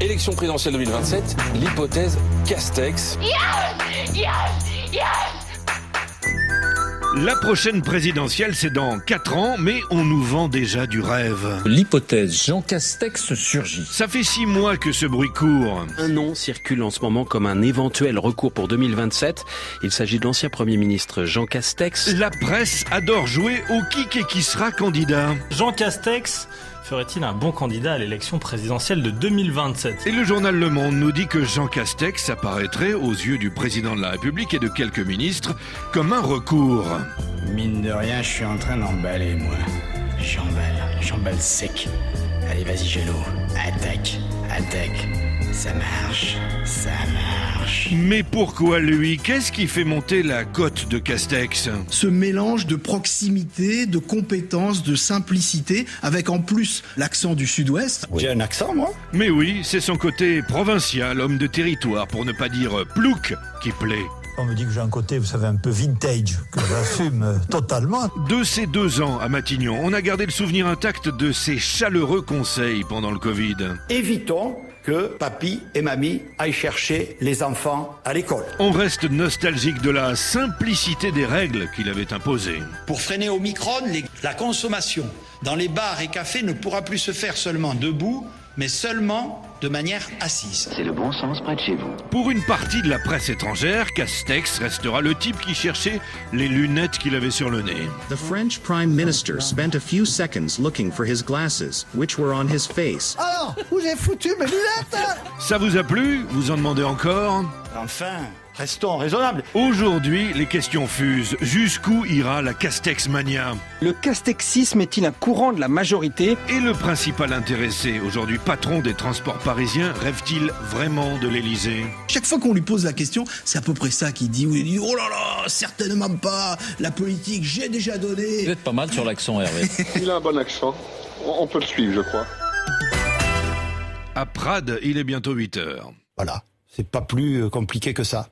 Élection présidentielle 2027, l'hypothèse Castex. La prochaine présidentielle, c'est dans 4 ans, mais on nous vend déjà du rêve. L'hypothèse Jean Castex surgit. Ça fait 6 mois que ce bruit court. Un nom circule en ce moment comme un éventuel recours pour 2027. Il s'agit de l'ancien Premier ministre Jean Castex. La presse adore jouer au qui et qui sera candidat. Jean Castex ferait-il un bon candidat à l'élection présidentielle de 2027 Et le journal Le Monde nous dit que Jean Castex apparaîtrait aux yeux du président de la République et de quelques ministres comme un recours. Mine de rien, je suis en train d'emballer, moi. J'emballe, j'emballe sec. Allez, vas-y, Gélo. Attaque, attaque. Ça marche, ça marche. Mais pourquoi lui Qu'est-ce qui fait monter la cote de Castex ce mélange de proximité, de compétence, de simplicité, avec en plus l'accent du sud-ouest. J'ai un accent, moi Mais oui, c'est son côté provincial, homme de territoire, pour ne pas dire plouc, qui plaît. On me dit que j'ai un côté, vous savez, un peu vintage, que j'assume euh, totalement. De ses deux ans à Matignon, on a gardé le souvenir intact de ses chaleureux conseils pendant le Covid. évitons que papy et mamie aillent chercher les enfants à l'école. On reste nostalgique de la simplicité des règles qu'il avait imposées. Pour freiner au micron, la consommation dans les bars et cafés ne pourra plus se faire seulement debout, mais seulement de manière assise. Pour une partie de la presse étrangère, Castex restera le type qui cherchait les lunettes qu'il avait sur le nez. The French Prime Minister spent a few seconds looking for his glasses, which were on his face. Alors, où j'ai Ah, foutu mes lunettes hein. Ça vous a plu Vous en demandez encore Enfin, restons raisonnables. Aujourd'hui, les questions fusent. Jusqu'où ira la Castex mania Le castexisme est-il un courant de la majorité Et le principal intéressé, aujourd'hui patron des transports parisiens, rêve-t-il vraiment de l'Elysée Chaque fois qu'on lui pose la question, c'est à peu près ça qu'il dit. Où il dit Oh là là, certainement pas. La politique, j'ai déjà donné. Vous êtes pas mal sur l'accent, Hervé. Il a un bon accent. On on peut le suivre, je crois. À Prades, il est bientôt 8 heures. Voilà, c'est pas plus euh, compliqué que ça.